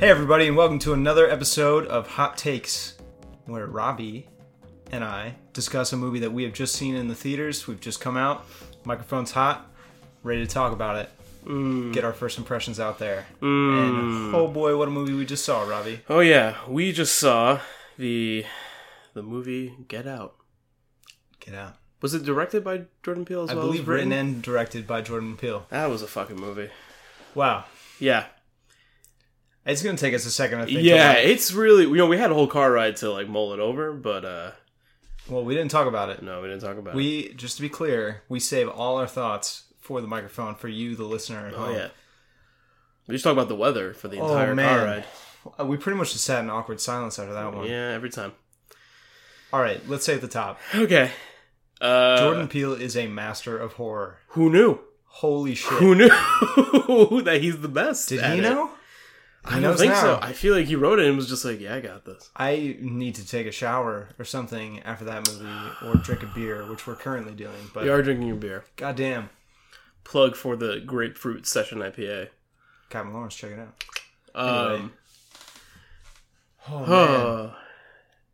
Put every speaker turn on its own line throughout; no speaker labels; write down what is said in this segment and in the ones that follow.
Hey, everybody, and welcome to another episode of Hot Takes, where Robbie and I discuss a movie that we have just seen in the theaters. We've just come out, microphone's hot, ready to talk about it.
Mm.
Get our first impressions out there. And oh boy, what a movie we just saw, Robbie.
Oh yeah, we just saw the the movie Get Out.
Get out.
Was it directed by Jordan Peele as
I
well? as
believe written and directed by Jordan Peele.
That was a fucking movie.
Wow.
Yeah,
It's going to take us a second, I think. to
yeah.
like-
It's really you know we had a whole car ride to like mull it over, but uh
well, we didn't talk about it.
no, we didn't talk about it.
We, just to be clear, we save all our thoughts for the microphone for you, the listener at
Oh
home.
yeah, we just talk about the weather for the entire car
Oh, man.
ride.
Uh, We pretty much just sat in awkward silence after that one.
Yeah, every time.
All right, let's say at the top.
Okay. Uh,
Jordan Peele is a master of horror.
who knew?
Holy shit.
Who knew that he's the best?
Did
at
he
it?
know? He
I don't
knows
think so.
now.
I feel like he wrote it and was just like, "Yeah, I got this."
I need to take a shower or something after that movie or drink a beer, which we're currently doing. But
You are drinking your beer.
goddamn,
plug for the grapefruit session IPA.
Captain Lawrence, check it out.
Um,
Oh,
huh.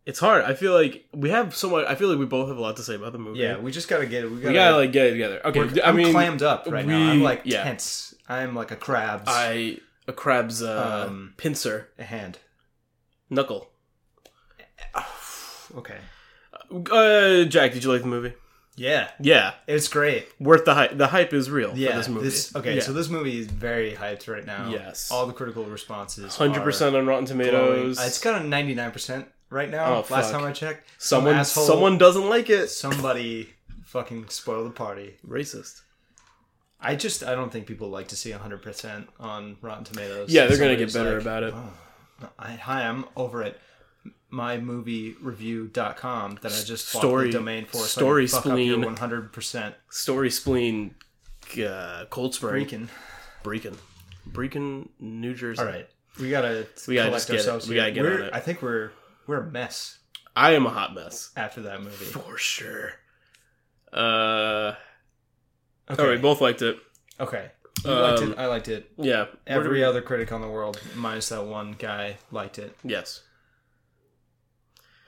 it's hard. I feel like we have so much. I feel like we both have a lot to say about the movie.
Yeah, we just gotta get it. We gotta,
we gotta like get it together.
we're-
Okay, I
I'm
mean,
clammed up right now. I'm
we-
like
yeah.
tense. I'm like a crab's
I a crab's uh,
Um,
pincer
hand.
knuckle.
Okay.
Uh, Jack, did you like the movie?
Yeah,
Yeah,
it's great.
worth the hype. The hype is real
Yeah,
for this movie.
okay,
Yeah.
so this movie is very hyped right now.
Yes.
all the critical responses.
hundred
are-
percent on Rotten
glowing.
Tomatoes.
Uh, It's got a ninety nine percent right now.
Oh, fuck.
Last time I checked, Some
someone,
asshole,
someone doesn't like it.
somebody fucking spoiled the party.
Racist.
I just I don't think people like to see hundred percent on Rotten Tomatoes.
Yeah, they're gonna
Somebody's
get better
like,
about it.
I, hi, I'm over at mymoviereview.com that I just bought
Story-
the domain for.
story
so I can fuck up your
spleen.
one hundred percent
Story spleen, uh, cold spring.
freaking.
Brecon. Brecon, New Jersey.
All right, we gotta
We gotta
collect
just get it.
ourselves.
We
here.
gotta get
We're-
on it.
I think we're we're a mess
I am a hot mess.
after that movie.
For sure. Uh
Okay,
all right, both liked it.
okay. You liked
Um,
it. I liked it.
Yeah.
Every
We're-
other critic on the world, minus that one guy, liked it.
Yes.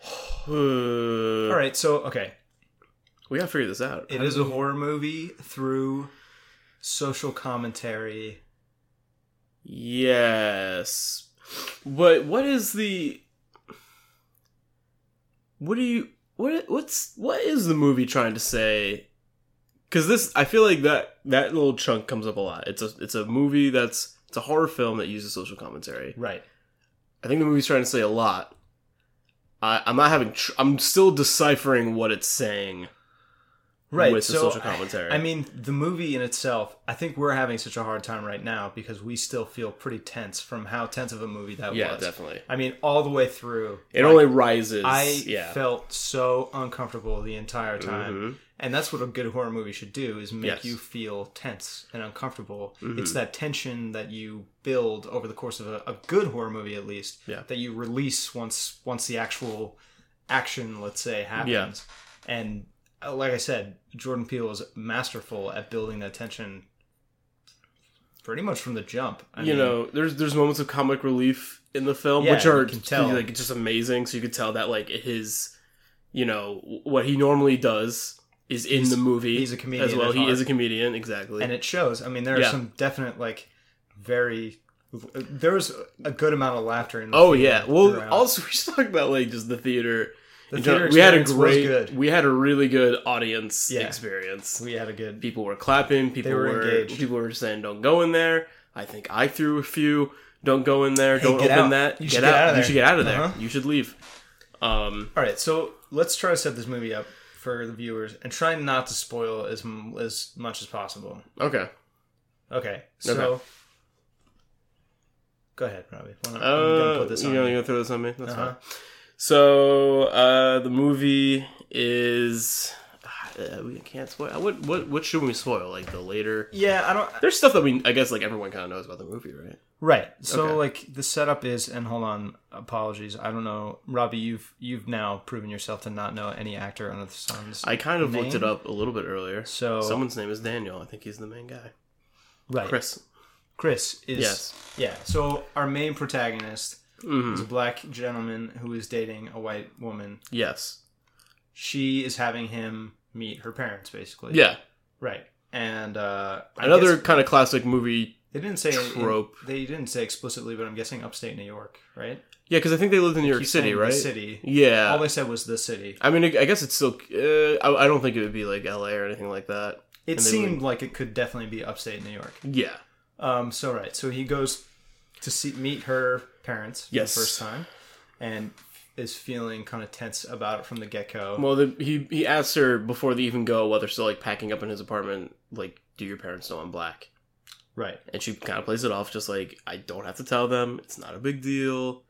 All right, so okay,
We gotta figure this out.
it is a horror movie through social commentary.
Yes. But what is the What do you what what's what is the movie trying to say? Cuz this I feel like that that little chunk comes up a lot. It's a it's a movie that's it's a horror film that uses social commentary.
Right.
I think the movie's trying to say a lot. I, I'm not having. Tr- I'm still deciphering what it's saying
Right.
with the
so
social commentary.
I mean, the movie in itself, I think we're having such a hard time right now because we still feel pretty tense from how tense of a movie that
yeah,
was.
definitely.
I mean, all the way through.
It only rises.
I
yeah.
felt so uncomfortable the entire time.
Mhm.
And that's what a good horror movie should do is make
Yes. Mm-hmm.
you feel tense and uncomfortable. It's that tension that you build over the course of a, a good horror movie at least
Yeah.
that you release once once the actual action, let's say, happens. And uh, like I said, Jordan Peele is masterful at building that tension pretty much from the jump. I
you
mean,
know, there's there's moments of comic relief in the film,
Yeah,
which are
you can tell.
like just amazing. So you could tell that like his, you know, what he normally does is in
He's-
the movie.
he's a comedian
as well.
at
He
heart.
is a comedian, exactly.
and it shows. I mean, there are
Yeah.
some definite like very uh, there was a good amount of laughter in the
oh
theater
yeah. Well,
throughout.
also we should talk about like just the theater.
the
in
theater
general. we had a
experience was
great,
good.
we had a really good audience
Yeah.
experience.
We had a good.
people were clapping people
They were
were,
engaged.
people were saying don't go in there i think i threw a few don't go in there don't
get
open
out.
that
You
get,
should
out. you
there."
should get out of there
Uh-huh.
you should leave um
All right, so let's try to set this movie up for the viewers and try not to spoil as m- as much as possible.
okay
Okay, so
Okay.
go ahead, Robbie. Why not?
uh,
I'm gonna put this
you
on.
know
you.
you're gonna throw this on me that's
Uh-huh.
fine so uh the movie is uh, we can't spoil what what what should we spoil like the later
Yeah, I don't.
there's stuff that we i guess like everyone kind of knows about the movie right
Right. So
Okay.
like the setup is, and hold on, apologies. I don't know, Robbie. You've you've now proven yourself to not know any actor under the sun's.
i kind of looked
Name?
it up a little bit earlier
so
someone's name is daniel i think he's the main guy
right.
chris
Chris is
Yes.
yeah. So our main protagonist is
Mhm.
a black gentleman who is dating a white woman.
Yes.
She is having him meet her parents, basically.
Yeah.
Right. And uh, I
Another
guess
kind of classic movie.
they didn't say
trope.
they didn't say explicitly, but I'm guessing upstate New York, right?
Yeah, because I think they lived in New York
Keep
City,
saying
right?
The city.
Yeah.
All they said was the city.
I mean, I guess it's still. Uh, I, I don't think it would be like L.A. or anything like that.
It
And they
seemed like it could definitely be upstate New York.
Yeah.
Um, so right, so he goes to see meet her parents for
Yes.
the first time, and is feeling kind of tense about it from the get go.
Well, the, he he asks her before they even go while they're still like packing up in his apartment, like, "Do your parents know I'm black?"
Right.
And she kind of plays it off, just like, "I don't have to tell them. It's not a big deal."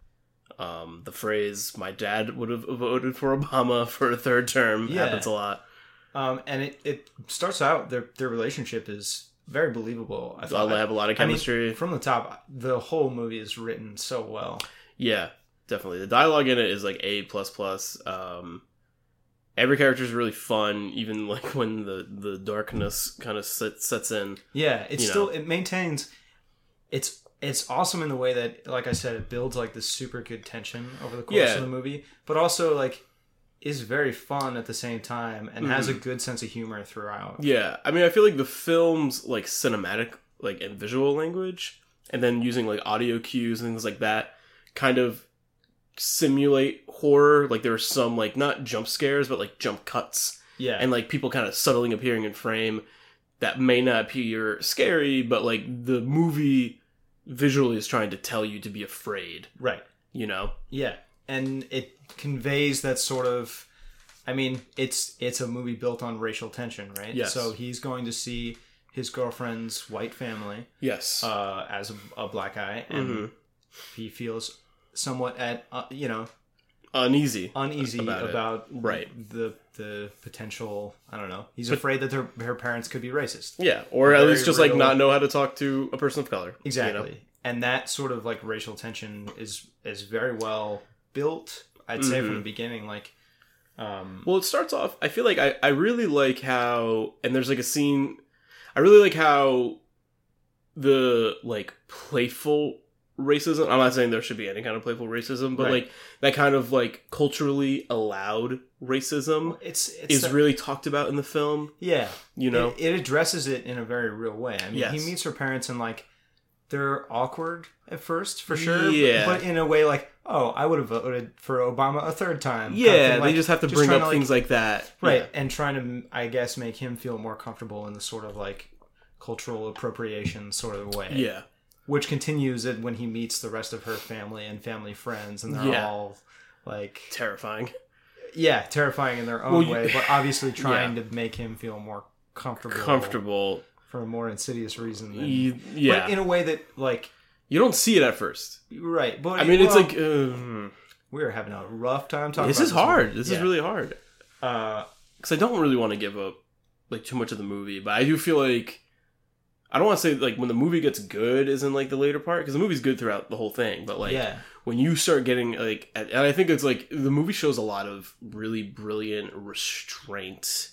Um, the phrase "My dad would have voted for Obama for a third term"
Yeah.
happens a lot.
Um, and it, it starts out their their relationship is very believable. I
They have a lot of
I mean,
chemistry.
from the top, the whole movie is written so well.
Yeah, definitely. The dialogue in it is like A plus plus. Um, every character is really fun, even like when the the darkness kind of set, sets in.
Yeah, it's
You
still it maintains. It's it's awesome in the way that, like I said, it builds like this super good tension over the course
Yeah.
of the movie, but also like is very fun at the same time and has a good sense of humor throughout.
Mm-hmm. Yeah, I mean, I feel like the film's like cinematic, like and visual language, and then using like audio cues and things like that, kind of simulate horror. Like there are some like not jump scares, but like jump cuts
Yeah,
and like people kind of suddenly appearing in frame that may not appear scary, but like the movie visually is trying to tell you to be afraid,
right.
you know?
Yeah, and it conveys that sort of. I mean, it's it's a movie built on racial tension, right?
Yes.
So he's going to see his girlfriend's white family
Yes.
uh, as a, a black guy, and
Mhm.
he feels somewhat at uh, you know
Uneasy.
uneasy
About
about,
it. Right.
the the potential i don't know he's afraid that her, her parents could be racist
Yeah. Or at
Very
least just
real.
like not know how to talk to a person of color. you know?
exactly and that sort of like racial tension is is very well built i'd say
Mm-hmm.
from the beginning like um
Well, it starts off. I feel like I, I really like how and there's like a scene. I really like how the like playful racism. I'm not saying there should be any kind of playful racism, but
Right.
like that kind of like culturally allowed racism
it's it's
is
that-
really talked about in the film.
yeah
You know,
it, it addresses it in a very real way i mean
Yes.
he meets her parents and like they're awkward at first for sure
Yeah.
but, but in a way like oh i would have voted for obama a third time kind of
yeah,
thing, like,
they just have to bring
trying to,
up
like,
things like that,
right
Yeah.
and trying to i guess make him feel more comfortable in the sort of like cultural appropriation sort of way
Yeah,
which continues it when he meets the rest of her family and family friends and they're
Yeah.
all like
terrifying.
yeah terrifying in their own
Well, you-
way but obviously trying to make him feel more comfortable
Comfortable.
for a more insidious reason than,
You, yeah,
but in a way that like
you don't see it at first.
right but
I mean, it's
well,
like uh,
we are having a rough time talking
this
about
is hard.
one.
This
Yeah.
is really hard.
uh
because I don't really want to give up like too much of the movie, but I do feel like I don't want to say like when the movie gets good is in like the later part because the movie's good throughout the whole thing, but like
yeah
when you start getting like at, and I think it's like the movie shows a lot of really brilliant restraint,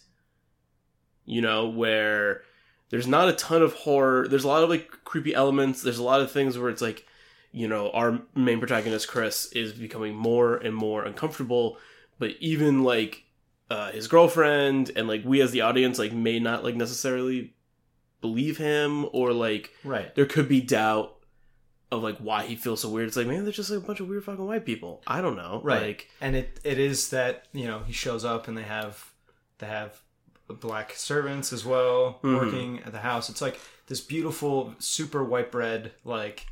you know, where there's not a ton of horror, there's a lot of like creepy elements, there's a lot of things where it's like you know our main protagonist Chris is becoming more and more uncomfortable, but even like uh, his girlfriend and like we as the audience like may not like necessarily believe him or like
right
there could be doubt of like why he feels so weird. It's like, man, they're just like a bunch of weird fucking white people. I don't know.
Right.
Like,
and it it is that you know he shows up and they have they have black servants as well
Mhm.
working at the house it's like this beautiful super white bread like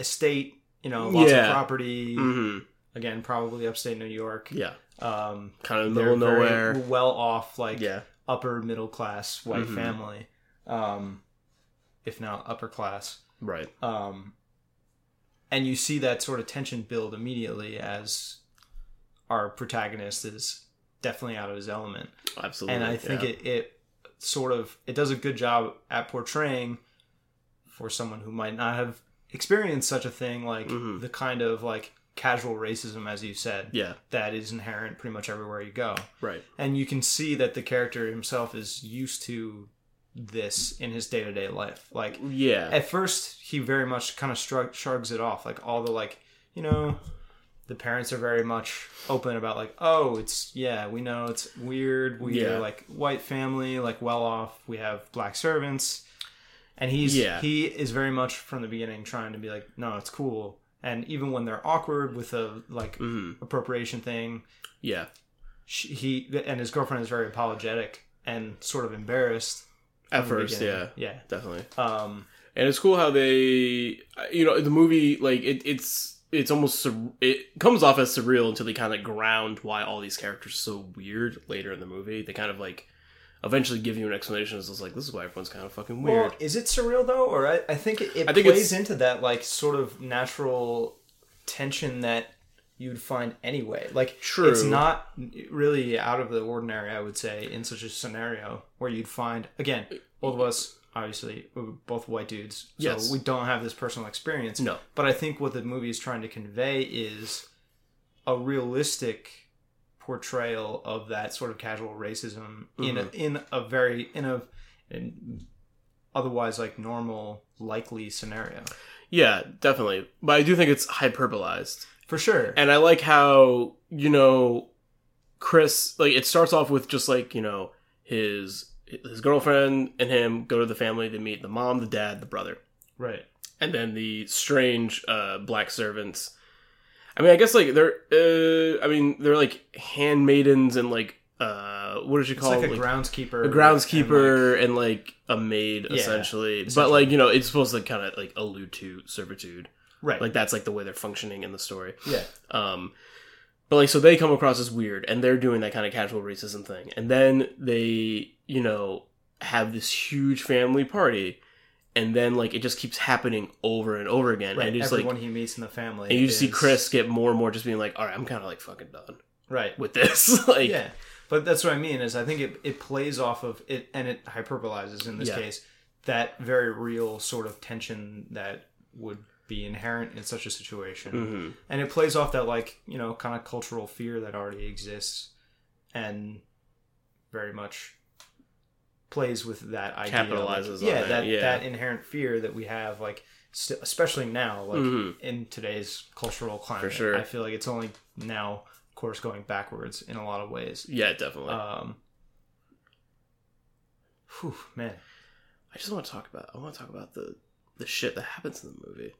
estate you know lots
Yeah.
of property
mhm.
again probably upstate new york
yeah,
um
kind of
they're
middle of nowhere.
very well off like
yeah.
upper middle class white
Mhm.
family um if not upper class
Right.
um, and you see that sort of tension build immediately as our protagonist is definitely out of his element
Absolutely.
and i think
yeah.
it, it sort of it does a good job at portraying for someone who might not have experienced such a thing like
Mhm.
the kind of like casual racism as you said
Yeah.
that is inherent pretty much everywhere you go
Right.
and you can see that the character himself is used to this in his day to day life. Like
yeah,
at first, he very much kind of shrug, shrugs it off, like all the like you know. The parents are very much open about like, oh, it's yeah, we know it's weird. We
Yeah.
are like white family, like well off. We have black servants, and he's
Yeah.
he is very much from the beginning trying to be like, no, it's cool. And even when they're awkward with the like
Mhm.
appropriation thing,
yeah,
she, he and his girlfriend is very apologetic and sort of embarrassed
at
from the
first, yeah,
beginning. yeah.
definitely.
Um,
And it's cool how they, you know, the movie like it, it's it's almost sur- it comes off as surreal until they kind of ground why all these characters are so weird later in the movie. They kind of like eventually give you an explanation. It's just like this is why everyone's kind of fucking weird.
Well, is it surreal though, or I, I think it, it
I think
plays
it's-
into that like sort of natural tension that you'd find anyway. Like,
True.
it's not really out of the ordinary, I would say, in such a scenario where you'd find again both of us obviously we were both white dudes, so
Yes.
we don't have this personal experience.
No.
but I think what the movie is trying to convey is a realistic portrayal of that sort of casual racism in
Mm-hmm.
a, in a very in a in otherwise like normal likely scenario
yeah, definitely. But I do think it's hyperbolized.
for sure
And I like how, you know, Chris like it starts off with just like, you know, his his girlfriend and him go to the family, they meet the mom, the dad, the brother,
right
and then the strange uh black servants. I mean, I guess like they're uh I mean, they're like handmaidens and like uh what does she
it's
call
like a
it? Like,
groundskeeper
a groundskeeper and like, a maid
Yeah,
essentially. but
essentially.
like you know it's supposed to kind of like allude to servitude
right
like that's like the way they're functioning in the story
yeah
um, but like, so they come across as weird, and they're doing that kind of casual racism thing, and then they, you know, have this huge family party, and then like it just keeps happening over and over again,
right
and it's
everyone
like,
he meets in the family
and you see
is-
Chris get more and more just being like, all right, I'm kind of like fucking done
right
with this, like,
yeah but that's what i mean is i think it, it plays off of it and it hyperbolizes in this
Yeah.
case that very real sort of tension that would be inherent in such a situation
hmm
and it plays off that like you know kind of cultural fear that already exists and very much plays with that idea like-
Capitalizes on
yeah
that,
that
yeah.
that inherent fear that we have like st- especially now like
Mhm.
in today's cultural climate
sure.
i feel like it's only now of course going backwards in a lot of ways
yeah, definitely.
um whew, man
I just want to talk about, I want to talk about the the shit that happens in the movie.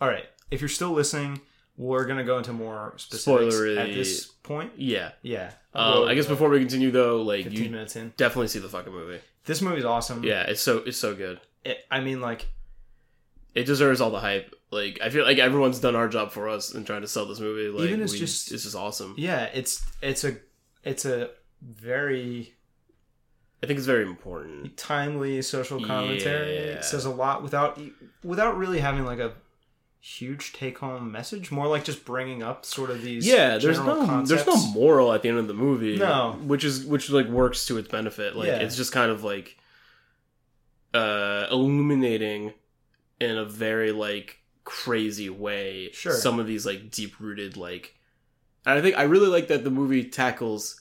all right if you're still listening we're gonna go into more specifics at
Spoilery.
this point
Yeah,
yeah
um,
We'll-
I guess before we continue though, like
15
you
minutes in
definitely see the fucking movie.
this movie's awesome.
Yeah, it's so it's so good.
It- I mean, like,
it deserves all the hype. Like I feel like everyone's done our job for us in trying to sell this movie. Like
Even it's
we-
just-
it's just awesome.
yeah, it's it's a it's a very
I think it's very important.
timely social commentary.
Yeah.
It says a lot without without really having like a huge take home message. More like just bringing up sort of these
Yeah, there's
general
no
concepts.
there's no moral at the end of the movie.
No.
which is which like works to its benefit. Like
Yeah.
it's just kind of like uh illuminating in a very like crazy way
Sure.
some of these like deep rooted like and I think I really like that the movie tackles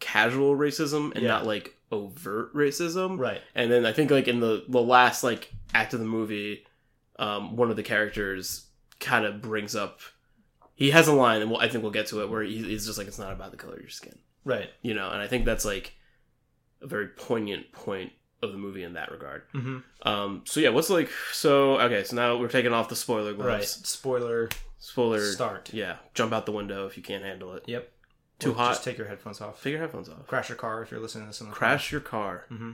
casual racism and
Yeah.
not like overt racism.
right.
and then I think like in the the last like act of the movie, um, one of the characters kind of brings up he has a line, and we'll, I think we'll get to it where he, he's just like it's not about the color of your skin,
Right.
you know, and I think that's like a very poignant point of the movie in that regard.
Mm-hmm.
Um, so yeah, what's like so okay, so now we're taking off the spoiler
Right.
gloves,
Spoiler
spoiler,
start.
yeah, jump out the window if you can't handle it,
Yep.
Too
Or
hot.
Just take your headphones off.
take your headphones off,
Crash your car if you're listening to this. On the
crash your car,
Mm-hmm.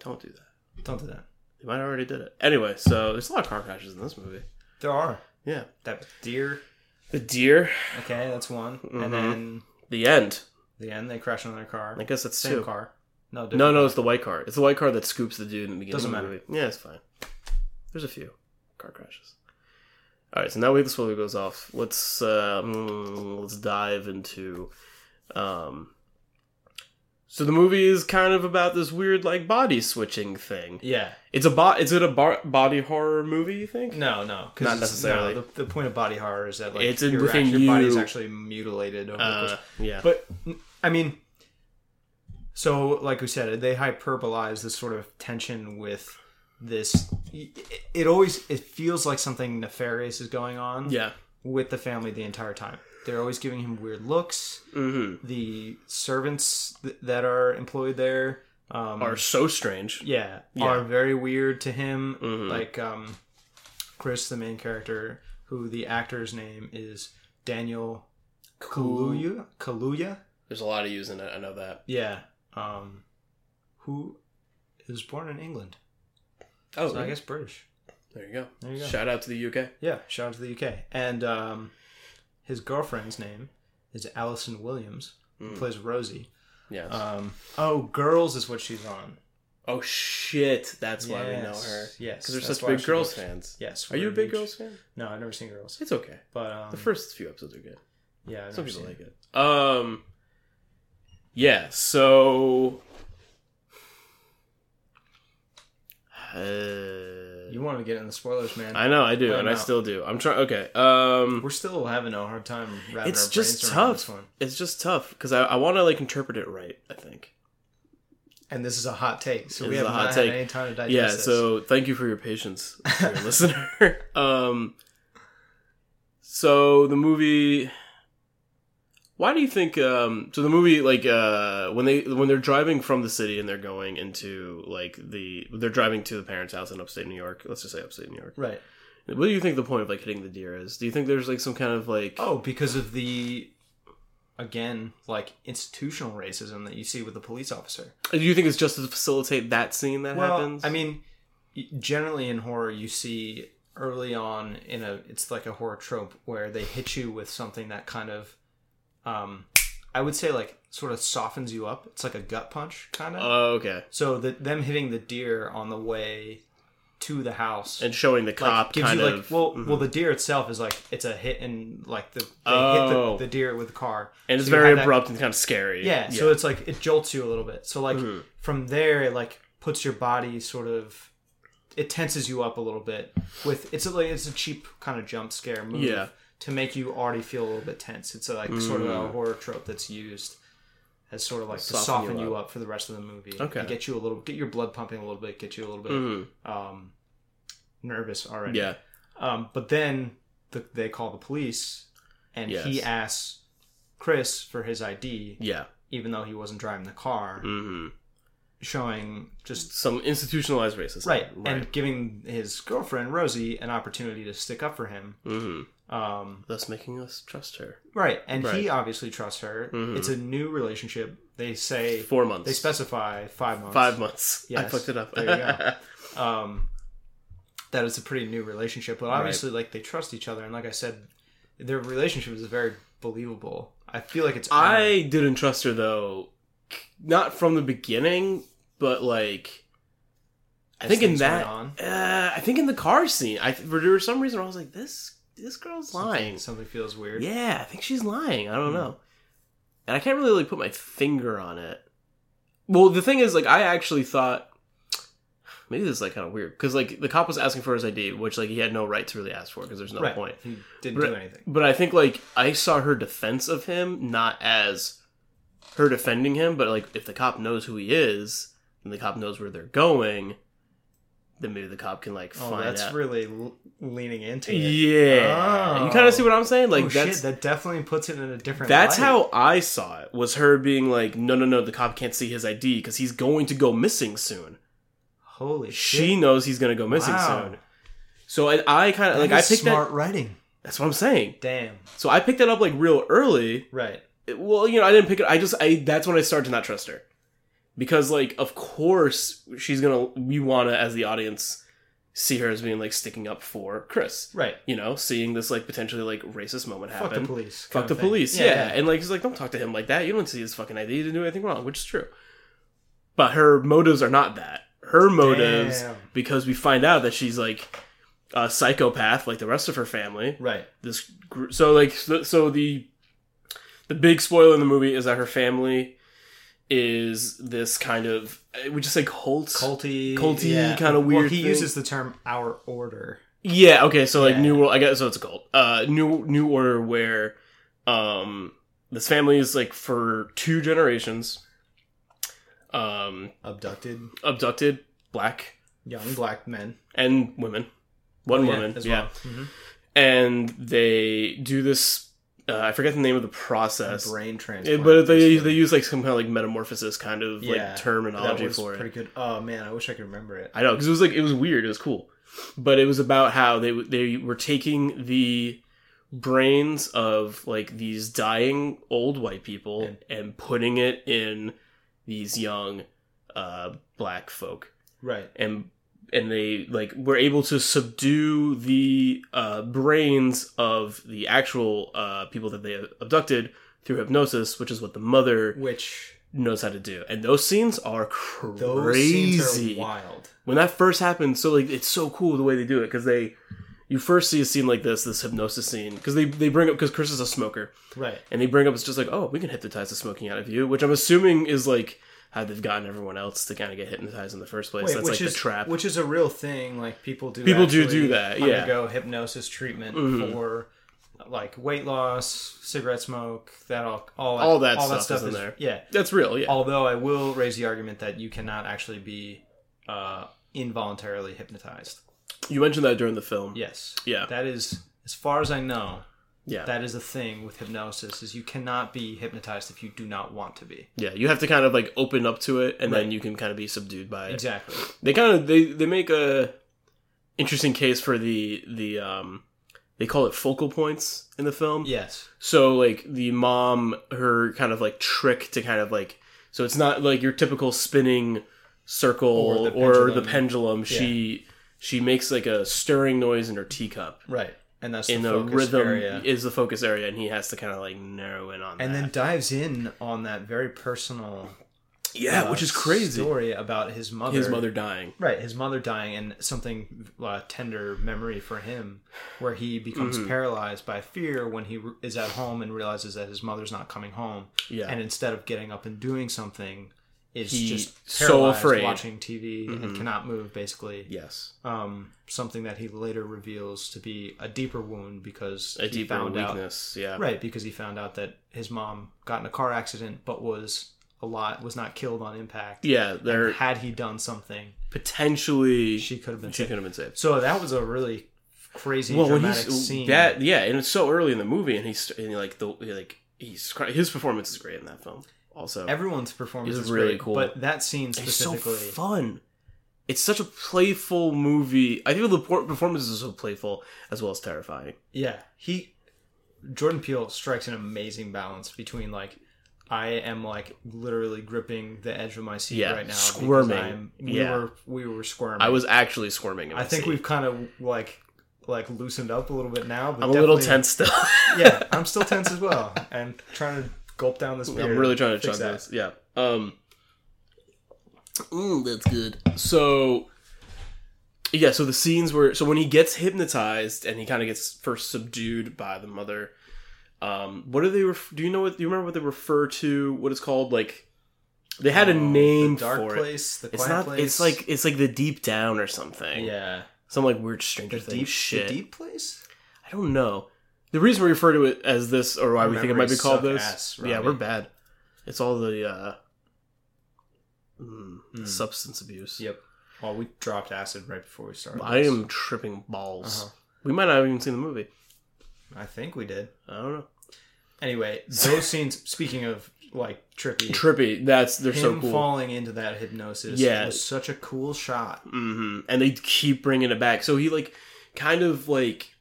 don't do that.
Don't do that.
They might have already did it. Anyway, so there's a lot of car crashes in this movie.
There are
Yeah.
that deer.
The deer,
Okay, that's one.
Mhm.
And then
the end.
the end, they crash another car.
I guess that's
Same
two.
car. No, different.
No, no, it's the white car. It's the white car that scoops the dude in the beginning.
Doesn't
of the
matter.
Movie. Yeah, it's fine. There's a few car crashes. All right, so now we have the spoiler goes off. Let's uh, mm, let's dive into. Um, so the movie is kind of about this weird like body switching thing.
Yeah.
It's a bo- Is it a bar- body horror movie? You think?
No, no. 'cause
Not
it's-
necessarily.
No, the, the point of body horror is that like
It's
your,
in- Uh, within
act- your body's
you.
Uh, actually mutilated over the
Uh,
course.
yeah.
But I mean, So, like we said, they hyperbolize this sort of tension with this. It, it always it feels like something nefarious is going on
Yeah.
with the family the entire time. They're always giving him weird looks.
Mm-hmm.
The servants th- that are employed there um,
Are so strange.
yeah,
Yeah.
are very weird to him.
Mhm.
Like um, Chris, the main character, who the actor's name is Daniel Kaluuya. Kaluuya,
There's a lot of using it. I know that.
yeah. Um, who is born in England?
Oh,
so I guess British.
there you go.
There you go.
Shout out to the UK.
Yeah, shout out to the UK. And um, his girlfriend's name is Allison Williams, who
Mm.
plays Rosie.
Yes.
Um, oh, Girls is what she's on.
oh shit! That's why we know
Yes,
her.
Yes,
Because we're
that's
such
why
big
she
girls
knows-
fans.
Yes.
Are you a
we're
big
huge-
girls fan?
No, I've never seen Girls.
It's okay.
But um,
the first few episodes are good.
Yeah, I've
Some
never
people
seen
like it. Um. Yeah. So.
it.
Uh,
You want to get in the spoilers, man?
I know I do,
Why
and I
not?
still do. I'm trying. Okay. Um.
We're still having a hard time. Wrapping
It's
our
just
brains around
tough.
This one.
It's just tough because I, I want to like interpret it right. I think.
And this is a hot take, so
This
we
is a
have
hot
not
take.
had any time to digest
yeah
this.
so thank you for your patience dear listener um so the movie why do you think um so the movie like uh when they when they're driving from the city and they're going into like the they're driving to the parents house in upstate new york let's just say upstate new york
right.
what do you think the point of like hitting the deer is do you think there's like some kind of like
Oh, because of the again, like institutional racism that you see with the police officer.
do you think it's just to facilitate that scene that
well,
happens
I mean, y- generally in horror, you see early on in a it's like a horror trope where they hit you with something that kind of, um, I would say like sort of softens you up. It's like a gut punch kind of.
oh okay
So the, them hitting the deer on the way to the house
and showing the
like,
cop
gives
kind
you like
of
well
Mhm.
well the deer itself is like it's a hit and like the they
Oh.
hit the, the deer with the car
and it's
so you
very
have that-
abrupt and kind of scary
yeah, so it's like it jolts you a little bit so like
Mhm.
from there it like puts your body sort of it tenses you up a little bit with it's a like it's a cheap kind of jump scare move
Yeah.
to make you already feel a little bit tense it's like sort of a horror trope that's used as sort of like to
Mm. Soften
soften
you
you up for the rest of the movie
Okay.
and get you a little get your blood pumping a little bit get you a little bit
Mhm.
um, nervous already.
yeah
Um, but then the, they call the police, and he
Yes.
asks Chris for his ID,
Yeah.
even though he wasn't driving the car,
hmm
showing just
Some institutionalized racism.
right,
Right.
and giving his girlfriend Rosie an opportunity to stick up for him.
hmm
Um,
Thus making us trust her.
right, and
Right.
he obviously trusts her.
Mhm.
It's a new relationship. They say
Four months.
they specify five months.
Five months. I
Yes.
fucked it up.
There you go. um, that it's a pretty new relationship. But
Right.
obviously, like they trust each other, and like I said, their relationship is very believable. I feel like it's earned.
I didn't trust her though, not from the beginning, but like, I
As
think in
things went
that,
on.
uh, I think in the car scene, I for there was some reason I was like, this this girl's
something,
lying.
something feels weird.
Yeah, I think she's lying. I don't
Hmm.
know. And I can't really like put my finger on it. Well, the thing is like I actually thought maybe this is like kind of weird cuz like the cop was asking for his ID, which like he had no right to really ask for because there's no
right.
point.
He didn't
Right.
do anything.
But I think like I saw her defense of him not as her defending him, but like if the cop knows who he is and the cop knows where they're going, then maybe the cop can like
Oh,
find
that's
out.
really l- leaning into it.
yeah.
Oh.
You kind of see what I'm saying? Like
oh
that's
shit, that definitely puts it in a different.
That's
light.
how I saw it. Was her being like, "No, no, no, the cop can't see his ID because he's going to go missing soon."
Holy
She
shit.
knows he's going to go missing
Wow.
soon. So I, I kind of like I
That is
picked
smart
that.
writing.
That's what I'm saying.
Damn.
So I picked that up like real early.
Right.
It- well, you know, I didn't pick it. I just I that's when I started to not trust her because like of course she's gonna we wanna as the audience see her as being like sticking up for Chris.
Right.
You know, seeing this like potentially like racist moment happen.
Fuck the police.
Fuck
kind
the
of thing.
police, yeah. And like he's like, don't talk to him like that. You don't see his fucking ID. You didn't do anything wrong, which is true. But her motives are not that. Her motives,
Damn.
because we find out that she's like a psychopath, like the rest of her family.
Right.
This gr- so like so, so the the big spoiler in the movie is that her family is this kind of I would just say cult.
Culty.
Culty
yeah.
kinda
Well,
weird
he
thing.
uses the term "our order."
Yeah. Okay. So like
Yeah.
new world. I guess so. It's a cult. Uh, new new order where, um, this family is like for two generations, um,
Abducted
abducted black
young black men.
and women, one woman,
Oh, as
yeah,
well. Mhm.
and they do this. Uh, I forget the name of the process,
Brain transplant.
it, but they they
basically.
use like some kind of like metamorphosis kind of
Yeah,
like terminology
that was
for it.
pretty good. Oh man, I wish I could remember it.
I know because it was like it was weird. It was cool, but it was about how they w- they were taking the brains of like these dying old white people
And-
and putting it in these young uh, black folk
Right.
and and they like were able to subdue the uh, brains of the actual uh, people that they abducted through hypnosis, which is what the mother
Which
knows how to do. And those scenes are crazy
those scenes are wild.
when that first happened so like it's so cool the way they do it because they you first see a scene like this this hypnosis scene because they, they bring up because chris is a smoker
Right.
and they bring up it's just like oh we can hypnotize the smoking out of you which i'm assuming is like how they've gotten everyone else to kind of get hypnotized in the first place
Wait,
that's
which
like
is
the trap
which is a real thing. Like people do.
People do
actually
do that, yeah.
Undergo hypnosis treatment
Mhm.
for like weight loss, cigarette smoke, that all all
All that
all that
stuff
stuff
is in there.
Yeah.
that's real yeah
Although I will raise the argument that you cannot actually be uh, involuntarily hypnotized.
you mentioned that during the film
Yes.
yeah
That is, as far as I know,
yeah
that is a thing with hypnosis is you cannot be hypnotized if you do not want to be.
yeah you have to kind of like open up to it and then
Right.
you can kind of be subdued by it
Exactly.
they kind of they, they make a interesting case for the the um they call it focal points in the film
Yes.
So like the mom, her kind of like trick to kind of like so it's not like your typical spinning circle
Or
or
the
the pendulum.
pendulum.
She she makes like a stirring noise in her teacup.
Right. And that's
In
the,
the
focus
rhythm
area.
is the focus area, and he has to kind of like narrow in on
and
that.
then dives in on that very personal
yeah,
uh,
which is crazy.
story about his mother.
His mother dying.
Right, his mother dying and something uh, tender memory for him, where he becomes
Mm-hmm.
paralyzed by fear when he re- is at home and realizes that his mother's not coming home,
Yeah,
and instead of getting up and doing something, is
He-
just
so
paralyzed,
afraid. Mm-hmm.
watching TV and cannot move. Basically,
yes,
um, something that he later reveals to be a deeper wound because
a
he
deeper
found out
weakness. Yeah,
right because he found out that his mom got in a car accident but was a lot was not killed on impact.
yeah. They're
Had he done something,
potentially
she could have been.
she
saved.
could have been saved.
So that was a really crazy
well, when
dramatic
he's
scene.
that yeah, and it's so early in the movie, and he's and like the like he's cr- his performance is great in that film. Also,
Everyone's performance
It's
is
really
really cool,
cool.
but that scene
it's so
specifically,
fun. It's such a playful movie. I think the por- performance is so playful as well as terrifying.
yeah, he Jordan Peele strikes an amazing balance between like. I am like literally gripping the edge of my seat
Yeah,
right now. because
squirming.
I'm- we
Yeah.
were we were squirming.
I was actually squirming. In
I
my
think
seat.
we've kind of like like loosened up a little bit now. But
I'm a little
definitely-
tense still.
yeah, I'm still tense as well, and trying to gulp down this beer.
I'm really trying to
Fix
chug
that.
this. Yeah. Um. mm, that's good. So. Yeah, so the scenes where so when he gets hypnotized and he kind of gets first subdued by the mother. Um, what do they? Ref- do you know what? Do you remember what they refer to? What it's called? Like, they had a
Oh,
name
the dark
for it.
place, the
It's
quiet
not.
place.
It's like it's like the deep down or something.
yeah,
Some like weird Stranger
the
Things
deep
shit.
the deep place.
I don't know. The reason we refer to it as this, or why we think it might be
Memories
called
suck
this,
ass,
yeah,
Robbie.
we're bad. It's all the uh, mm,
Mm.
substance abuse.
Yep. Well, we dropped acid right before we started.
I
this.
am tripping balls.
Uh-huh.
We might not have even seen the movie.
I think we did.
I don't know.
Anyway, those scenes. Speaking of like trippy,
Trippy. That's they're
him
so cool.
falling into that hypnosis.
Yeah.
was such a cool shot.
hmm And they keep bringing it back. So he like kind of like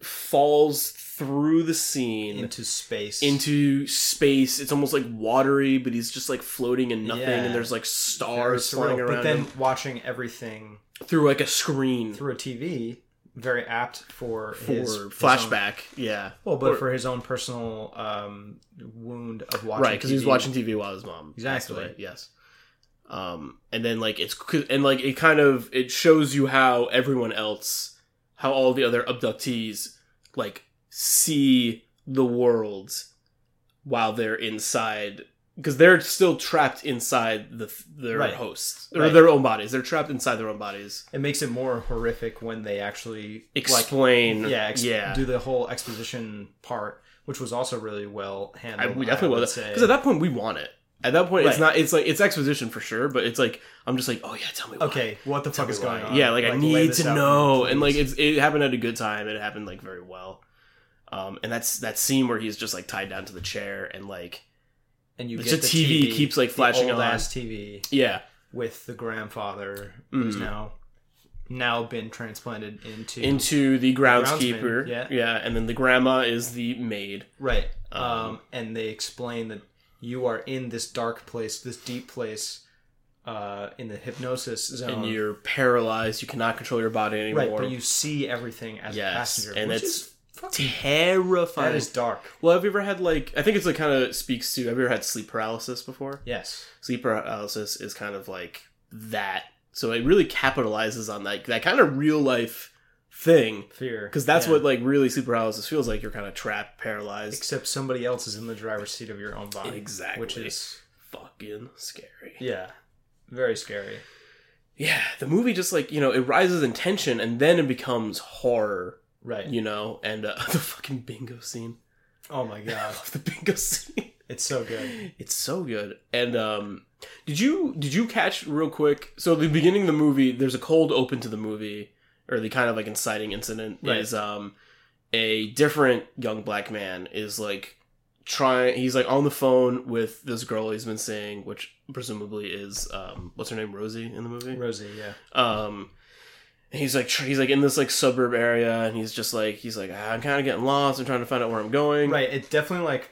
falls through the scene into,
Into space.
space. It's almost like watery, but he's just like floating in nothing,
Yeah.
and there's like
Very
stars
surreal,
flying around
but then
him
watching everything
through like a screen.
through a TV, very apt for,
for
his his own-
flashback. yeah,
well, but
or-
for his own personal um, wound of watching.
right. Because he was
TV.
watching TV while his mom passed
Exactly.
away, Yes. Um, and then like it's and like it kind of it shows you how everyone else, how all the other abductees like see the world while they're inside because they're still trapped inside the their
Right.
hosts or
Right.
their own bodies. They're trapped inside their own bodies.
It makes it more horrific when they actually like
Explain,
yeah, ex-
yeah.
do the whole exposition part, which was also really well handled.
I, we definitely
would
was
say.
because at that point we want it. At that point, it's
Right.
not. It's like it's exposition for sure, but it's like I'm just like, oh yeah, tell me. why.
Okay, what the
Tell
fuck
me
is going
why.
on?
Yeah, like, I
lay
need
this
to
out for me,
know, and like
please.
it's it happened at a good time. It happened like very well. Um, and that's that scene where he's just like tied down to the chair and like
and you
it's
get
a
the
TV keeps, like,
the
flashing
old
on.
ass TV
yeah
with the grandfather who's
Mm.
now now been transplanted into
into the
groundsman,
groundskeeper.
yeah.
yeah, and then the grandma is the maid.
right. Um,
Um,
and they explain that you are in this dark place, this deep place, uh, in the hypnosis zone.
and you're paralyzed. You cannot control your body
right,
anymore.
but you see everything as
Yes,
a passenger,
and
which
it's
is fucking
terrifying.
that is dark.
well, have you ever had like I think it's like kind of speaks to. Have you ever had sleep paralysis before?
Yes,
Sleep paralysis is kind of like that. So it really capitalizes on that that kind of real life thing
fear
because that's
Yeah.
what like really sleep paralysis feels like. You're kind of trapped, paralyzed.
Except somebody else is in the driver's seat of your own body,
Exactly.
which is
fucking scary.
yeah, very scary.
Yeah, the movie just like you know it rises in tension and then it becomes horror.
Right.
You know, and uh, the fucking bingo scene.
Oh my
I
god,
love the bingo scene.
it's so good.
It's so good. And um did you did you catch real quick so the beginning of the movie there's a cold open to the movie or the kind of like inciting incident
Right.
is um a different young black man is like trying he's like on the phone with this girl he's been seeing which presumably is um what's her name Rosie in the movie
Rosie, yeah,
um and he's like tr- he's like in this like suburb area and he's just like he's like "Ah, I'm kind of getting lost I'm trying to find out where I'm going
right. It definitely like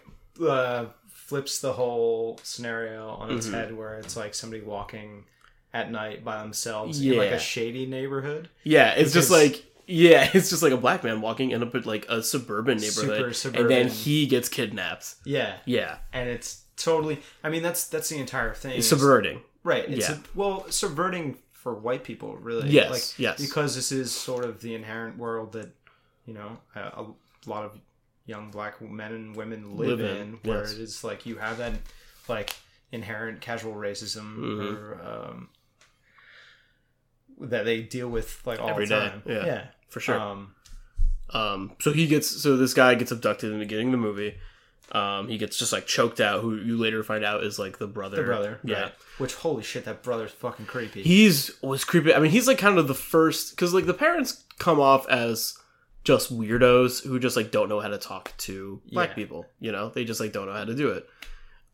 uh, flips the whole scenario on its
Mhm.
head, where it's like somebody walking at night by themselves in
Yeah.
like a shady neighborhood,
Yeah, it's just
Because-
like yeah, it's just like a black man walking in a bit like a suburban
super
neighborhood,
suburban.
and then he gets kidnapped.
yeah,
Yeah,
and it's totally. I mean, that's that's the entire thing. is-
subverting.
Right. It's
Yeah.
a- well, subverting for white people, really.
Yes,
Like,
yes.
Because this is sort of the inherent world that, you know, a, a lot of young black men and women live,
Live
in,
in,
where
yes.
it is like you have that, like, inherent casual racism
Mhm.
or, um, that they deal with, like, all
Every
the
day,
time.
yeah, for sure. Um,
Um,
so he gets so this guy gets abducted in the beginning of the movie. Um, he gets just like choked out, who you later find out is like the brother.
the brother.
yeah.
right. Which, holy shit, that brother's fucking creepy.
He's was creepy. I mean, he's like kind of the first because like the parents come off as just weirdos who just like don't know how to talk to black
Yeah.
people. You know, they just like don't know how to do it.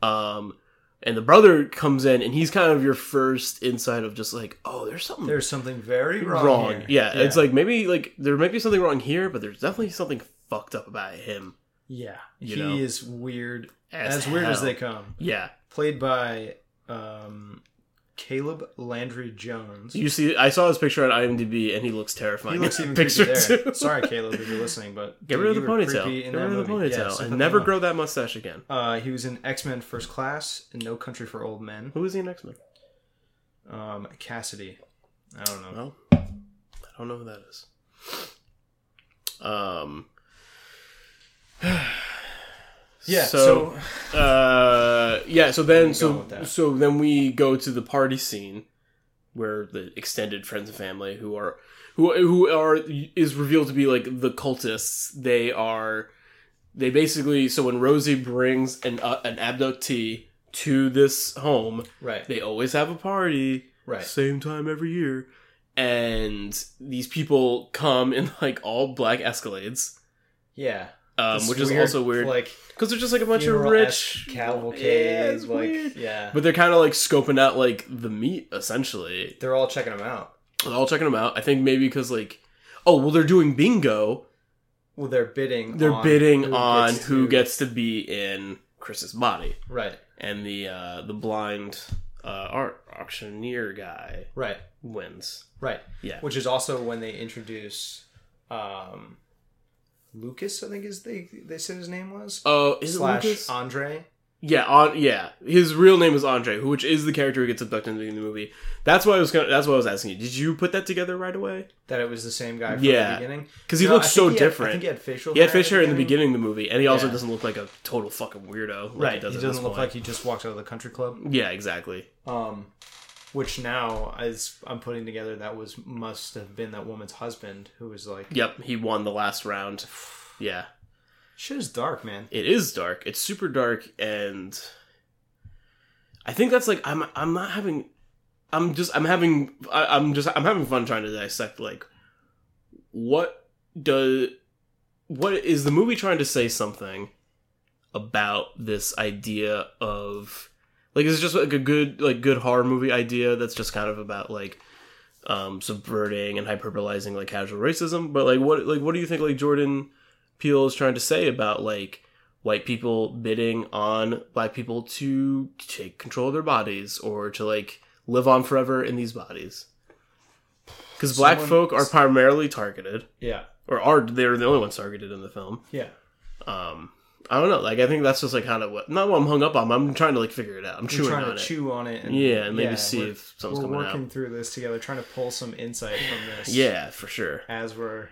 Um, and the brother comes in and he's kind of your first insight of just like, oh, there's something
There's something very wrong.
wrong.
here.
Yeah, it's like maybe like there might be something wrong here, but there's definitely something fucked up about him.
yeah,
you
he
know.
is weird
As,
as weird as
hell.
they come.
Yeah,
Played by um, Caleb Landry Jones.
you see, I saw his picture on IMDb, and he looks terrifying.
he
in
looks
that
even
picture
creepy there.
too.
Sorry, Caleb, if you're listening, but
Get
dude,
rid of
you
the
were
ponytail.
creepy in
Get rid
that
of the
movie. Yeah,
ponytail
so
and
fucking
never
much.
grow that mustache again.
Uh, he was in X Men First Class and No Country for Old Men.
Who was he in X Men?
Um, Cassidy. I don't know.
Well, I don't know who that is. Um.
Yeah.
So,
So,
uh, yeah. So then,
Keep going
so
with that.
so then we go to the party scene where the extended friends and family who are who who are is revealed to be like the cultists. They are they basically so when Rosie brings an uh, an abductee to this home,
right,
they always have a party
right.
same time every year and these people come in like all black escalades
Yeah.
um,
This
which is
weird,
also weird
Like
because they're just like a bunch of
funeral-esque
rich Yeah,
cavalcade.
it's
like
weird.
yeah.
but they're kind of like scoping out like the meat essentially
They're all checking him out.
they're all checking them out i think maybe because like oh well they're doing bingo
Well, they're bidding.
they're
on
bidding
who
on
gets
who
to-
gets to be in chris's body
right.
and the uh the blind uh art auctioneer guy
Right.
wins
Right.
Yeah.
Which is also when they introduce um Lucas, I think is they they said his name was.
oh is it
slash
Lucas?
Andre.
Yeah, on, yeah. His real name is Andre, who- which is the character who gets abducted in the beginning of the movie. That's why I was. Gonna, that's why I was asking you. Did you put that together right away?
That it was the same guy from
Yeah.
the beginning.
Because he
No, I
looks
think
so
he had- I
different.
think he had facial
he had
at
fish hair in the beginning of the movie, and he also
Yeah.
doesn't look like a total fucking weirdo. Like
Right.
he does,
he
at
doesn't
this
look
point.
like he just walked out of the country club.
Yeah, exactly.
Um which now as I'm putting together that was must have been that woman's husband who was like
Yep, he won the last round. Yeah,
shit is dark, man.
it is dark. It's super dark, and I think that's like I'm I'm not having I'm just I'm having I, I'm just I'm having fun trying to dissect like what does what is the movie trying to say something about this idea of like is it just like a good like good horror movie idea that's just kind of about like um subverting and hyperbolizing like casual racism but like what like what do you think like Jordan Peele is trying to say about like white people bidding on black people to take control of their bodies or to like live on forever in these bodies because black
Someone-
folk are primarily targeted
Yeah.
or are they're the only ones targeted in the film
Yeah.
um i don't know like i think that's just like kind of what not what i'm hung up on but i'm trying to like figure it out i'm
We're
chewing
trying to
on it
chew on it. And,
yeah and maybe see
we're-
if something's
we're
coming
working
out
through this together, trying to pull some insight from this.
yeah for sure
As we're,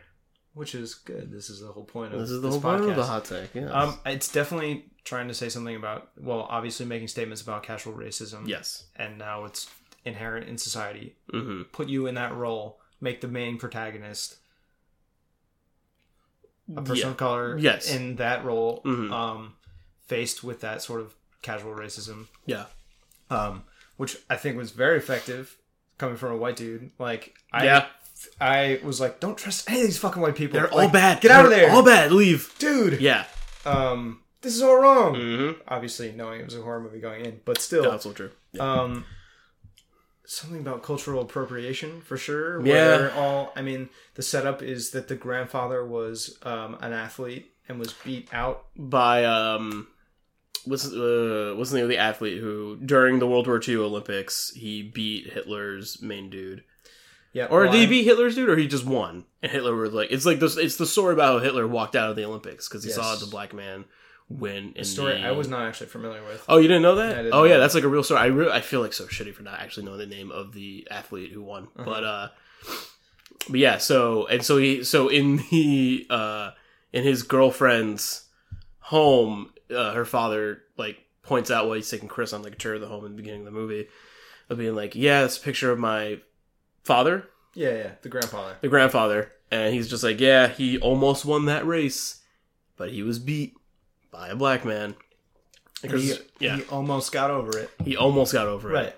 which is good. This is the whole point of
this
this,
is the whole
podcast.
point of the hot take yeah
Um, it's definitely trying to say something about well, obviously making statements about casual racism.
yes
and now it's inherent in society.
hmm
Put you in that role, make the main protagonist a person
yeah.
of color.
Yes.
in that role,
Mhm.
um, faced with that sort of casual racism,
yeah
um, which I think was very effective coming from a white dude. Like, I,
Yeah.
I was like, don't trust any of these fucking white people.
they're all
Like,
bad
Get out of
They're
there,
all bad leave
dude.
yeah
Um, this is all wrong.
mm-hmm
Obviously, knowing it was a horror movie going in, but still,
that's so true yeah.
um something about cultural appropriation for sure
Yeah.
where all i mean the setup is that the grandfather was um an athlete and was beat out
by um what's uh what's the name of the athlete who during the World War II Olympics he beat Hitler's main dude
yeah
or
well,
did he
I'm-
beat Hitler's dude or he just won and Hitler was like it's like this it's the story about how Hitler walked out of the Olympics because he saw
Yes.
the black man win in
the story
the-
i was not actually familiar with
Oh, you didn't know that?
I didn't
oh,
know
yeah,
that.
that's like a real story. I re- I feel like so shitty for not actually knowing the name of the athlete who won, but uh, but yeah. So and so he so in the uh in his girlfriend's home, uh, her father like points out while he's taking Chris on like a tour of the home in the beginning of the movie of being like, yeah, it's a picture of my father,
yeah yeah the grandfather
the grandfather, and he's just like, yeah, he almost won that race, but he was beat by a black man. Because,
he,
yeah
he almost got over it
he almost got over it.
right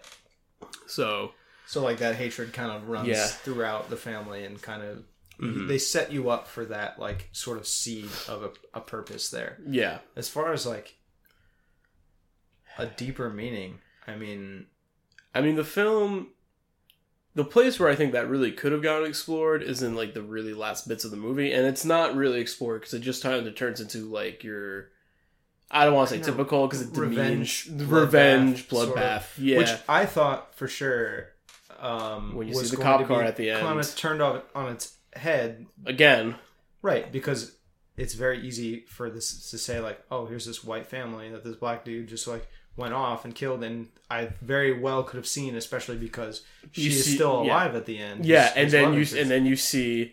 So
so like that hatred kind of runs
Yeah.
throughout the family and kind of
mhm.
they set you up for that like sort of seed of a, a purpose there
yeah,
as far as like a deeper meaning i mean
I mean the film, the place where I think that really could have gotten explored is in like the really last bits of the movie, and it's not really explored because it just kind of turns into like your. I don't want to say
Kinda
typical because it
revenge
demeans
bloodbath,
revenge
sort of.
bloodbath. Yeah,
which I thought for sure um,
When you see the cop car at the end.
kind of turned on, on its head,
again,
right? Because it's very easy for this to say like, oh, here's this white family that this black dude just like went off and killed, and I very well could have seen, especially because she
You
is
see-
still
yeah.
alive at the end.
yeah,
His-
and
his
then
mother
you
is-
and then you see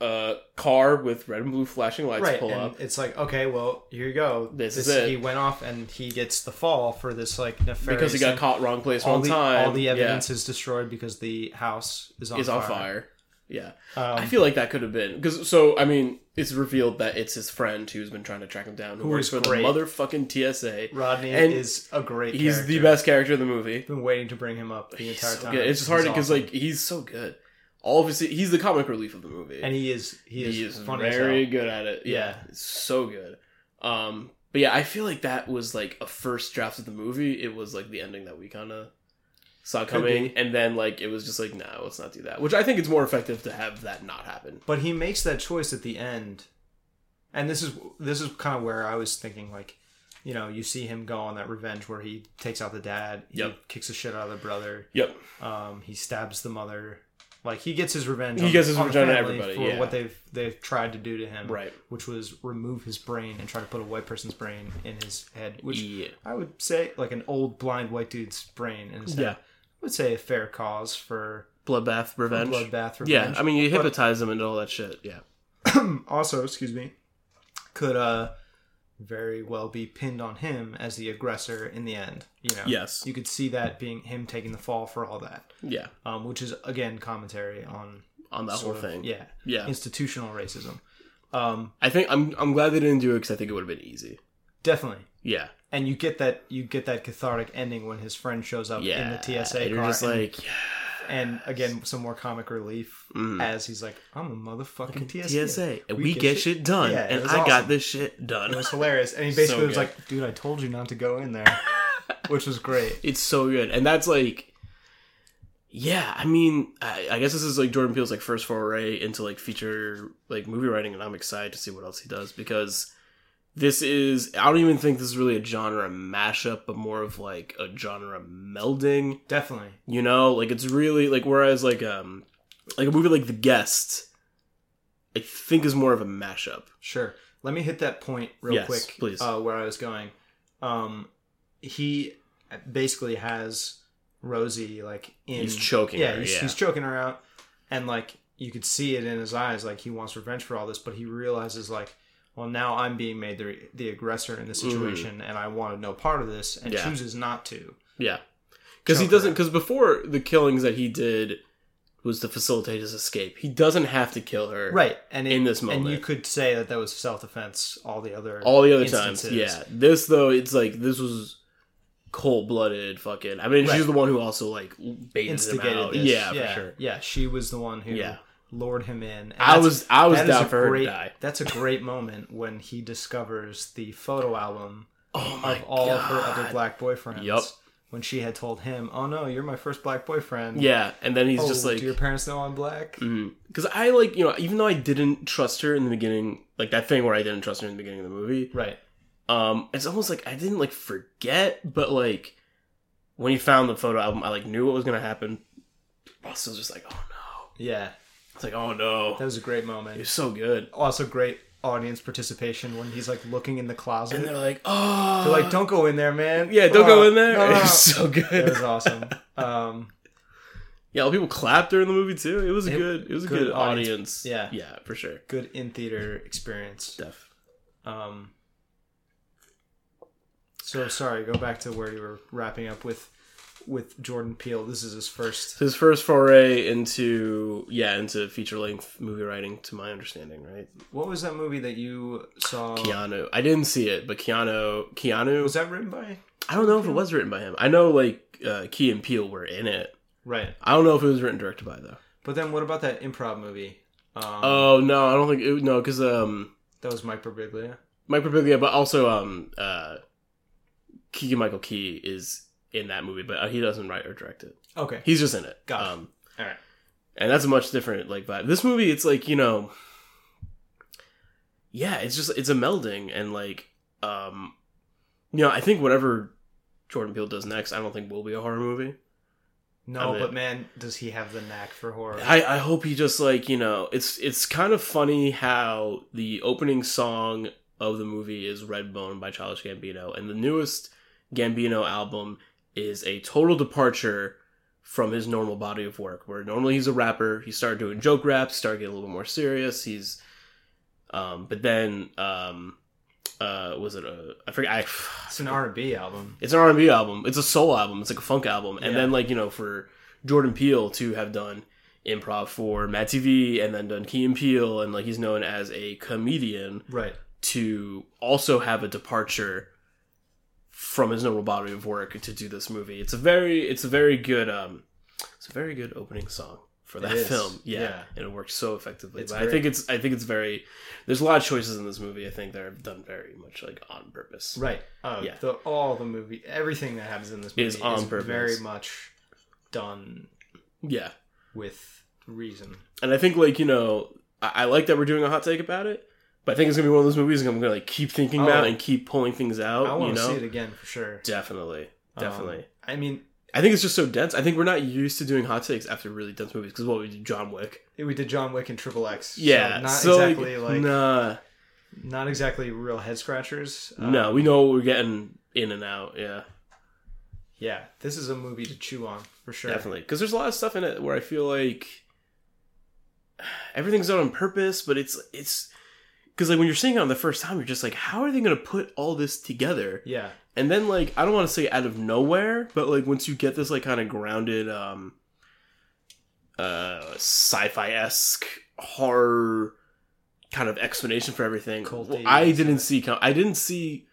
a car with red and blue flashing lights
right,
pull
and
up.
it's like okay, well, here you go.
This is it.
He went off, and he gets the fall for this like nefarious
Because he got
thing.
caught wrong place,
All
wrong
the,
time.
all the
Yeah,
evidence is destroyed because the house is on
is
fire.
on fire. Yeah.
Um,
I feel like that could have been because so I mean it's revealed that it's his friend who's been trying to track him down who,
Who
works
is
for
great.
the motherfucking TSA.
Rodney
And
is a great.
He's the
character.
best character in the movie.
Been waiting to bring him up the
He's
entire
so
time.
good. It's just hard because like he's so good. All of his he's the comic relief of the movie.
and he is he is,
he is
funny as
very
hell.
good at it. Yeah,
Yeah.
it's so good. Um, but yeah, I feel like that was like a first draft of the movie. It was like the ending that we kind of saw coming, and then like it was just like no, let's not do that. Which I think it's more effective to have that not happen.
But he makes that choice at the end, and this is this is kind of where I was thinking like, you know, you see him go on that revenge where he takes out the dad, he
Yep.
kicks the shit out of the brother,
Yep.
um, he stabs the mother. Like he gets his revenge.
He
on-
gets his
on the
revenge on
family
everybody,
for
yeah.
what they've they've tried to do to him,
Right.
Which was remove his brain and try to put a white person's brain in his head, which
yeah.
I would say like an old blind white dude's brain in his head.
Yeah.
I would say a fair cause for
Bloodbath revenge.
bloodbath revenge.
Yeah, I mean you hypnotize them and all that shit. Yeah.
also, excuse me, could uh very well be pinned on him as the aggressor in the end. You know.
Yes.
You could see that being him taking the fall for all that,
Yeah.
um, which is again commentary on
On that
sort
whole
of-
thing.
Yeah,
Yeah.
institutional racism. Um,
I think I'm I'm glad they didn't do it because I think it would have been easy.
definitely.
Yeah.
and you get that you get that cathartic ending when his friend shows up in the TSA
you're
car,
just
and,
like yeah,
and again some more comic relief
mm,
as he's like, "I'm a motherfucking TSA."
TSA, and we, get, shit, done,
Yeah, it
and
was
I
awesome.
got this shit
It
done.
was hilarious, and he
So
basically was
good.
like, "Dude, I told you not to go in there," which was great.
It's so good, and that's like, yeah. I mean, I, I guess this is like Jordan Peele's like first foray into like feature like movie writing, and I'm excited to see what else he does because this is I don't even think this is really a genre mashup, but more of like a genre melding.
Definitely,
You know, like it's really like whereas like um like a movie like The Guest, I think is more of a mashup.
sure. Let me hit that point real
Yes,
quick,
please.
Uh, where I was going, um, he basically has Rosie like in
He's choking
yeah,
her,
he's,
yeah.
he's choking her out, and like you could see it in his eyes, like he wants revenge for all this, but he realizes like, well, now I'm being made the the aggressor in this
Mhm.
situation, and I wanted no part of this, and
Yeah.
chooses not to.
Yeah. Cuz he
Choke her
doesn't
out.
cuz before the killings that he did was to facilitate his escape. He doesn't have to kill her.
right and
in
it-
this
and you
moment.
could say that that was self-defense all the other
All the other
instances.
times. Yeah. This though it's like this was cold-blooded fucking. I mean,
Right.
she's the one who also like baited him
instigated
out.
this.
Yeah,
yeah
for sure.
yeah she was the one who
Yeah.
lured him in and
I
that's-
was I was
that is
down
a
for her
great-
to die.
that's a great moment when he discovers the photo album
Oh my
of all of her
God.
other black boyfriends
Yup.
when she had told him oh no you're my first black boyfriend
Yeah, and then he's
oh,
just like Mm.
do your parents know i'm black
Because I like, you know, even though I didn't trust her in the beginning, like that thing where I didn't trust her in the beginning of the movie,
right
um, it's almost like I didn't like forget, but like when he found the photo album, I like knew what was gonna happen. But I was just like, oh no,
yeah
it's like oh no,
that was a great
it
moment
was so good.
also great audience participation when he's like looking in the closet
And they're like, oh,
They're like, don't go in there, man.
yeah, don't
Oh,
go in there.
no, no,
It
no.
was so
It
good.
was awesome. Um,
yeah, all the people clapped during the movie too. It was a
It-
good, it was a
good
good,
audience.
audience.
Yeah.
yeah, for sure.
good in theater experience.
Stuff.
Um, so sorry, go back to where you were wrapping up with with Jordan Peele. This is his first.
So his first foray into yeah into feature length movie writing, to my understanding, right?
What was that movie that you saw?
Keanu, I didn't see it, but Keanu, Keanu,
Was that written by?
I don't know if it was written by him. I know like uh, Key and Peele were in it.
Right.
I don't know if it was written and directed by though.
But then what about that improv movie? Um,
Oh no, I don't think it, no because um
that was Mike Birbiglia.
Mike Birbiglia, but also um uh Keegan Michael Key is in that movie, but uh, he doesn't write or direct it.
Okay.
He's just in it.
Got it.
um,
All right.
and that's a much different like vibe. This movie, it's like you know, yeah, it's just it's a melding and like, um, you know, I think whatever Jordan Peele does next, I don't think will be a horror movie.
No,
I mean-
but man, does he have the knack for horror?
I I hope he just like you know, it's it's kind of funny how the opening song of the movie is Redbone by Childish Gambino, and the newest Gambino album is a total departure from his normal body of work. Where normally he's a rapper, he started doing joke raps, started getting a little more serious. He's, um, but then, um, uh, was it a I forget I.
It's an R and B album.
It's an R and B album. It's a soul album. It's like a funk album. And
Yeah.
then like you know for Jordan Peele to have done improv for Mad TV and then done Key and Peele and like he's known as a comedian
Right.
to also have a departure from his normal body of work to do this movie. It's a very it's a very good um it's a very good opening song for
It
that
is.
film. Yeah.
Yeah.
And it works so effectively.
It's
But I
great.
think it's I think it's very there's a lot of choices in this movie I think that are done very much like on purpose.
Right. Uh,
Yeah.
the, all the movie, everything that happens in this movie
Is on purpose.
very much done
Yeah.
with reason.
and I think like you know, I, I like that we're doing a hot take about it, but I think it's gonna be one of those movies I'm gonna like keep thinking
Oh.
about and keep pulling things out.
I
Oh, you
want to
know,
see it again for sure.
definitely,
Um,
definitely.
I mean,
I think it's just so dense. I think we're not used to doing hot takes after really dense movies because what we did, John Wick.
we did John Wick and Triple X. so
Yeah,
not
so, like,
exactly like uh,
nah,
not exactly real head scratchers. Uh,
no, we know what we're getting in and out. Yeah,
Yeah, this is a movie to chew on for sure.
definitely, because there's a lot of stuff in it where I feel like everything's done on purpose, but it's it's because like when you're seeing it on the first time, you're just like, how are they gonna put all this together?
Yeah.
and then like i don't want to say out of nowhere but like once you get this like kind of grounded um uh sci-fi-esque horror kind of explanation for everything
Cult
Well,
eighties,
i didn't see com- i didn't see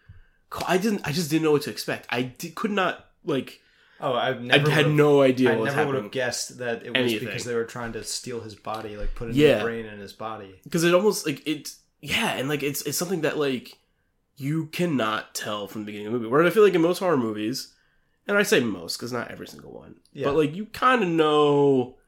I didn't. I just didn't know what to expect. I di- could not like.
Oh, I've
I
never
had
would've-
no idea
I
what was
never would
happening
have guessed that it was
Anything.
because they were trying to steal his body, like put a
Yeah.
new brain in his body.
because it almost like it. Yeah, and like it's it's something that like you cannot tell from the beginning of the movie. Where I feel like in most horror movies, and I say most because not every single one,
Yeah.
but like you kind of know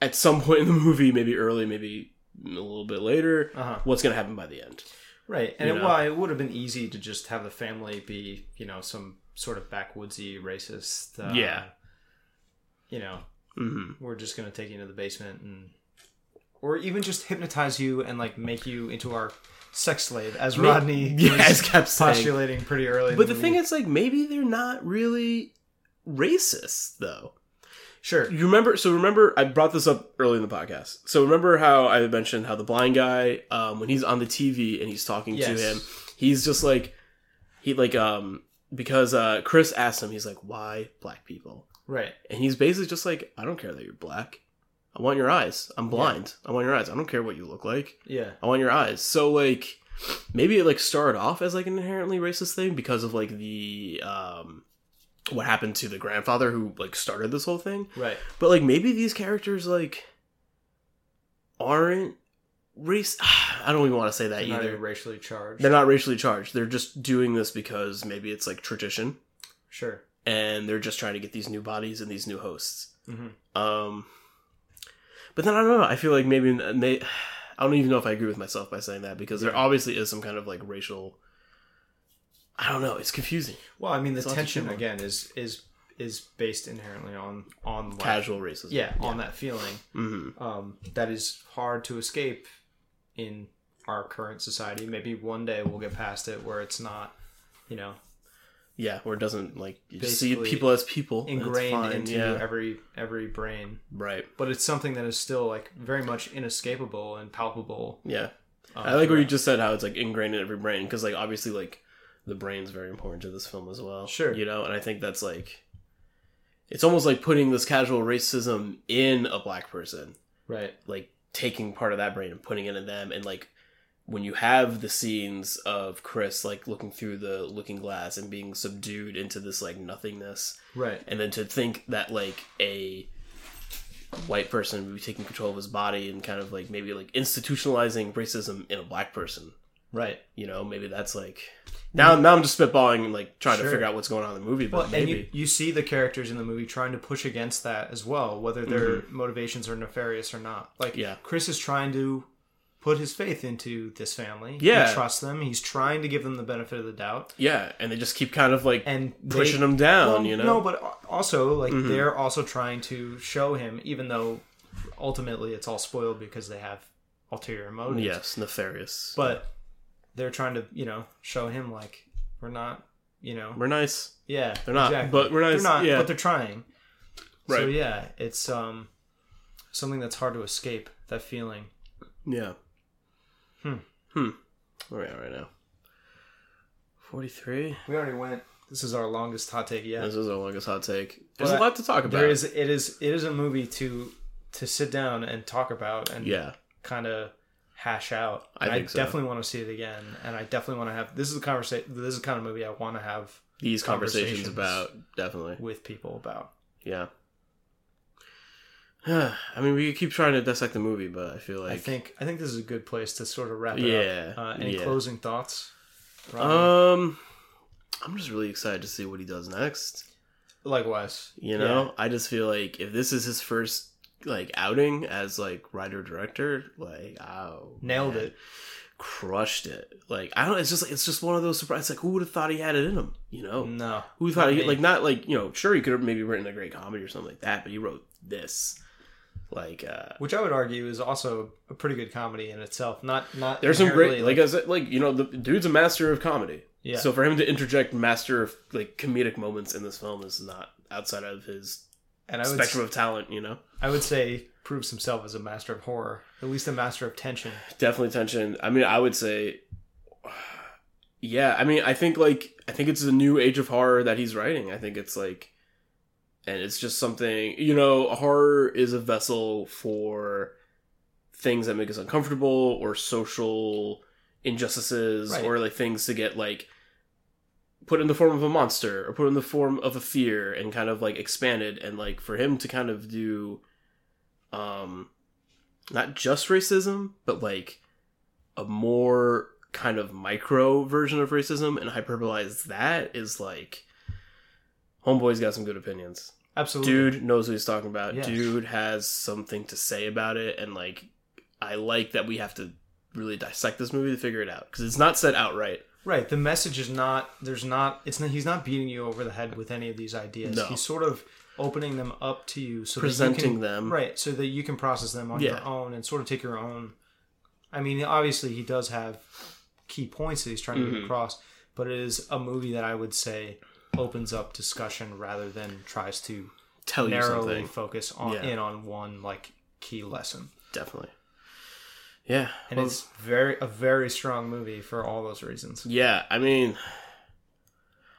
at some point in the movie, maybe early, maybe a little bit later,
Uh huh.
what's going to happen by the end.
Right, and
You
it,
know?
well, it would have been easy to just have the family be, you know, some sort of backwoodsy racist. Uh,
Yeah.
You know,
hmm
we're just gonna take you to the basement and, or even just hypnotize you and like make you into our sex slave, as
Ma-
Rodney
yeah,
was
as kept saying.
postulating pretty early. in
But the
movie.
thing is, like, maybe they're not really racist, though.
sure,
You remember? So remember, I brought this up early in the podcast. So remember how I mentioned how the blind guy, um, when he's on the TV and he's talking
Yes.
to him, he's just like, he like, um, because uh, Chris asked him, he's like, "Why black people?"
right,
And he's basically just like, "I don't care that you're black. I want your eyes. I'm blind. I want your eyes. I don't care what you look like."
yeah,
on your eyes. So like maybe it like started off as like an inherently racist thing because of like the um what happened to the grandfather who like started this whole thing.
right,
But like maybe these characters like aren't race I don't even want to say that
They're not
either.
even racially charged.
They're not racially charged. They're just doing this because maybe it's like tradition
Sure,
and they're just trying to get these new bodies and these new hosts.
Mhm.
Um, but then I don't know. I feel like maybe may, I don't even know if I agree with myself by saying that because there obviously is some kind of like racial. I don't know. It's confusing.
Well, I mean, the
It's lots of
tension
humor.
again is is is based inherently on on like,
Casual racism.
yeah, on that feeling
hmm
um, that is hard to escape in our current society. Maybe one day we'll get past it where it's not, you know,
Yeah. Where it doesn't like you just see
Basically
people as people. and it's
ingrained
fine,
into
yeah.
every every brain.
right.
But it's something that is still like very much inescapable and palpable.
Yeah.
um,
I like what you
throughout.
just said. How it's like ingrained in every brain because like obviously like the brain's very important to this film as well.
Sure.
You know, and I think that's like. It's almost like putting this casual racism in a black person.
right.
like taking part of that brain and putting it in them and like when you have the scenes of Chris like looking through the looking glass and being subdued into this like nothingness
Right.
and then to think that like a white person would be taking control of his body and kind of like maybe like institutionalizing racism in a black person
Right.
you know maybe that's like now now I'm just spitballing and like trying
Sure.
to figure out what's going on in the movie but
Well, and
maybe
you, you see the characters in the movie trying to push against that as well, whether their motivations are nefarious or not. Like,
Mm-hmm. Yeah.
Chris is trying to put his faith into this family.
Yeah.
he trusts them. He's trying to give them the benefit of the doubt,
yeah and they just keep kind of like
and they-
pushing him down
Well,
you know Mm-hmm.
No, but al- also like they're also trying to show him, even though ultimately it's all spoiled because they have ulterior motives.
yes nefarious
but they're trying to you know show him like we're not you know
we're nice
yeah,
They're not, but we're not-
They're not,
yeah.
but they're trying. So
Right.
yeah, it's um something that's hard to escape. That feeling.
Yeah.
Hmm.
Hmm. Where are we at right now? 43?
We already went. This is our longest hot take yet.
This is our longest hot take. There's
But
a lot to talk about.
There is. It is. It is a movie to to sit down and talk about and
Yeah.
kind of hash out.
I
And
think so.
definitely want to see it again, and I definitely want to have. This is a conversation. This is the kind of movie I want to have
These
Conversations.
conversations, about, definitely.
with people about.
Yeah. I mean, we could keep trying to dissect the movie, but I feel like.
I think. I think this is a good place to sort of wrap it
Yeah.
up. Uh, any
yeah.
closing thoughts? Robbie?
Um. I'm just really excited to see what he does next.
Likewise.
You know, I just feel like if this is his first like outing as like writer director, like oh,
Nailed
man.
it.
crushed it. Like I don't. It's just it's just one of those surprises. Like who would have thought he had it in him? You know,
No.
who thought he
me.
like not like you know. Sure, he could have maybe written a great comedy or something like that, but he wrote this. Like uh
Which I would argue is also a pretty good comedy in itself. Not not
there's some great
inherently,
like I said, like you know the dude's a master of comedy.
Yeah.
So for him to interject master of like comedic moments in this film is not outside of his
and I would
spectrum of talent. You know,
I would say proves himself as a master of horror, at least a master of tension.
definitely tension. I mean, I would say. Yeah, I mean, I think like I think it's a new age of horror that he's writing. I think it's like, and it's just something you know, horror is a vessel for things that make us uncomfortable or social injustices
Right.
or like things to get like put in the form of a monster or put in the form of a fear and kind of like expanded and like for him to kind of do um not just racism but like a more kind of micro version of racism and hyperbolize that is like homeboy's got some good opinions
Absolutely.
dude knows what he's talking about
Yeah.
dude has something to say about it and like i like that we have to really dissect this movie to figure it out because it's not said outright
Right. The message is not there's not it's not he's not beating you over the head with any of these ideas.
No.
He's sort of opening them up to you so that you
presenting
can,
them
right so that you can process them on
Mm. Yeah.
your own and sort of take your own. I mean, obviously he does have key points that he's trying to get
Mhm.
across, but it is a movie that I would say opens up discussion rather than tries to
tell you
narrowly
something
focus on
Yeah.
in on one like key lesson.
definitely yeah
And
well,
it's very a very strong movie for all those reasons.
yeah i mean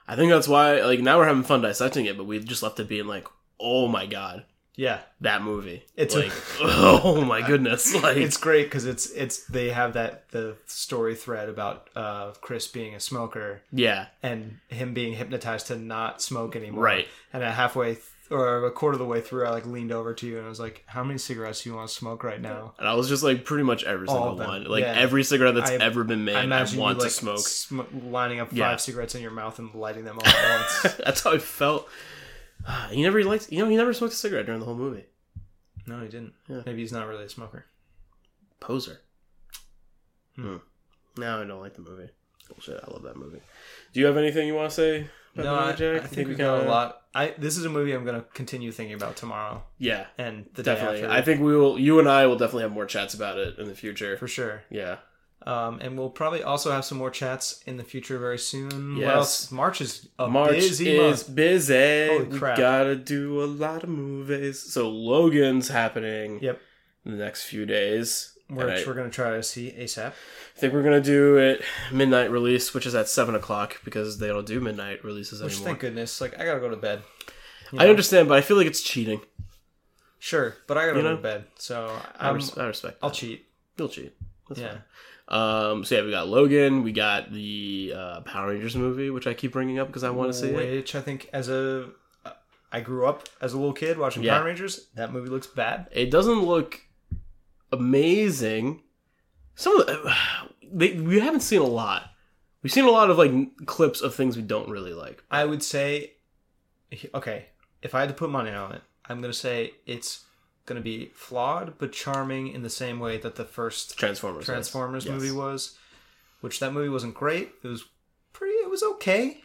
i think that's why like now we're having fun dissecting it but we just left it being like oh my god
Yeah.
that movie
It's a-
like oh my goodness like
it's great because it's it's they have that the story thread about uh, Chris being a smoker
yeah
and him being hypnotized to not smoke anymore.
Right.
And at halfway th- or a quarter of the way through, I like leaned over to you and I was like, "How many cigarettes do you want to smoke right now?"
and i was just like pretty much every
All
single
of them,
one like
yeah.
every cigarette that's
I-
ever been made
I
i,
imagine
want
you,
to
like,
smoke
sm- lining up five
Yeah.
cigarettes in your mouth and lighting them all at once.
That's how I felt. He never liked, you know, he never smoked a cigarette during the whole movie.
no, he didn't.
Yeah.
Maybe he's not really a smoker.
Poser.
Hmm.
Hmm. No, I don't like the movie. Bullshit. I love that movie. Do you have anything you want to say?
No,
About the
I,
movie, Jack?
I
You
think we
kinda-
got a lot. I this is a movie I'm going to continue thinking about tomorrow
Yeah,
and the day
definitely.
after
I think we will. You and I will definitely have more chats about it in the future.
for sure.
yeah,
Um, and we'll probably also have some more chats in the future very soon. What
Yes.
else? March is a
March
busy
is
month.
busy.
Holy
we
crap.
gotta do a lot of movies. So Logan's happening.
Yep.
In the next few days,
Which
And I-
we're gonna try to see ASAP.
I think we're gonna do it midnight release, which is at seven o'clock because they don't do midnight releases
Which,
anymore.
thank goodness, like I gotta go to bed. You
I
know?
understand, but I feel like it's cheating.
Sure, but I gotta
You
go
know?
to bed, so
I,
I'm,
res- I respect.
Um, I'll
that.
cheat.
You'll cheat. That's
yeah,
fine. Um, so yeah, we got Logan. We got the uh, Power Rangers movie, which I keep bringing up because I want to see it.
Which I think as a, I grew up as a little kid watching
Yeah.
Power Rangers. That movie looks bad.
It doesn't look amazing. Some of the, they, we haven't seen a lot. We've seen a lot of like clips of things we don't really like.
I would say, okay, if I had to put money on it, I'm gonna say it's gonna be flawed but charming in the same way that the first
Transformers.
Transformers
Yes.
movie was, which that movie wasn't great. It was pretty. It was okay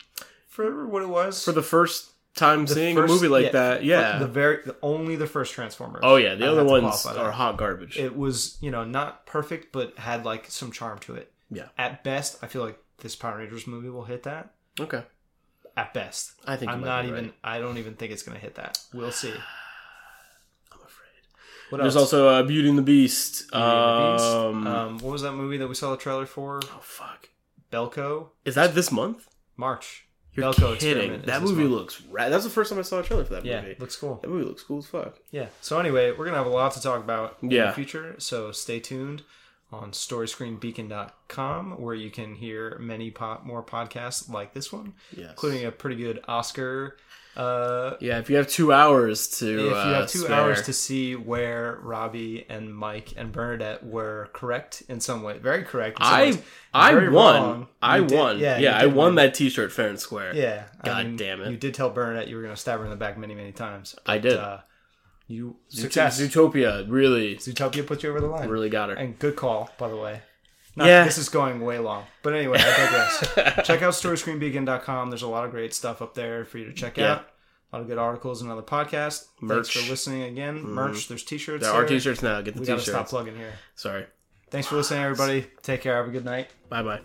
for what it was.
for the first time seeing
first-
a movie like
yeah,
that. Yeah.
the very the, only the first Transformers.
Oh yeah, the
I
other
have to
ones
qualify that.
are hot garbage.
It was you know not perfect, but had like some charm to it.
Yeah.
At best, I feel like this Power Rangers movie will hit that.
okay,
At best,
I think you
I'm
might
not
be
even.
right.
I don't even think it's gonna hit that. We'll see.
I'm afraid.
What
There's
else?
also uh, Beauty and the Beast.
Beauty and the Beast.
Um,
um, what was that movie that we saw the trailer for?
oh fuck,
Belko,
is that this month?
March.
You're
Belko Experiment
kidding.
is
That
this
movie
month.
looks. Ra- That's the first time I saw a trailer for that
Yeah,
movie.
looks cool.
That movie looks cool as fuck.
Yeah. So anyway, we're gonna have a lot to talk about in
Yeah.
the future. So stay tuned on storyscreenbeacon.com where you can hear many po- more podcasts like this one,
Yeah,
including a pretty good Oscar. Uh,
Yeah, if you have two hours to,
if you
uh,
have two
spare-
hours to see where Robbie and Mike and Bernadette were correct in some way, very correct. in some
I
ways.
I
Very
won.
wrong.
I
You did-
won.
yeah,
Yeah,
you
I
did
won
win.
that T-shirt fair and square.
Yeah.
God damn it.
You did tell Bernadette you were going to stab her in the back many, many times.
I did.
Uh, you success.
Zootopia really,
Zootopia put you over the line.
really got her.
And good call, by the way. Not,
Yeah.
This is going way long. But anyway, I digress. check out storyscreenbeacon.com. There's a lot of great stuff up there for you to check
Yeah.
out. A lot of good articles and other podcasts. Thanks
Merch. Mm-hmm.
for listening again. Merch. There's t-shirts.
There are
there.
T-shirts now. Get the
We got to
T-shirts.
stop plugging here.
Sorry.
Thanks for listening, everybody. Take care. Have a good night.
Bye bye.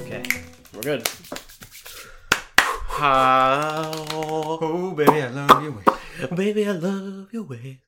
Okay.
We're good. How,
Oh, baby, I love you.
baby, I love your way.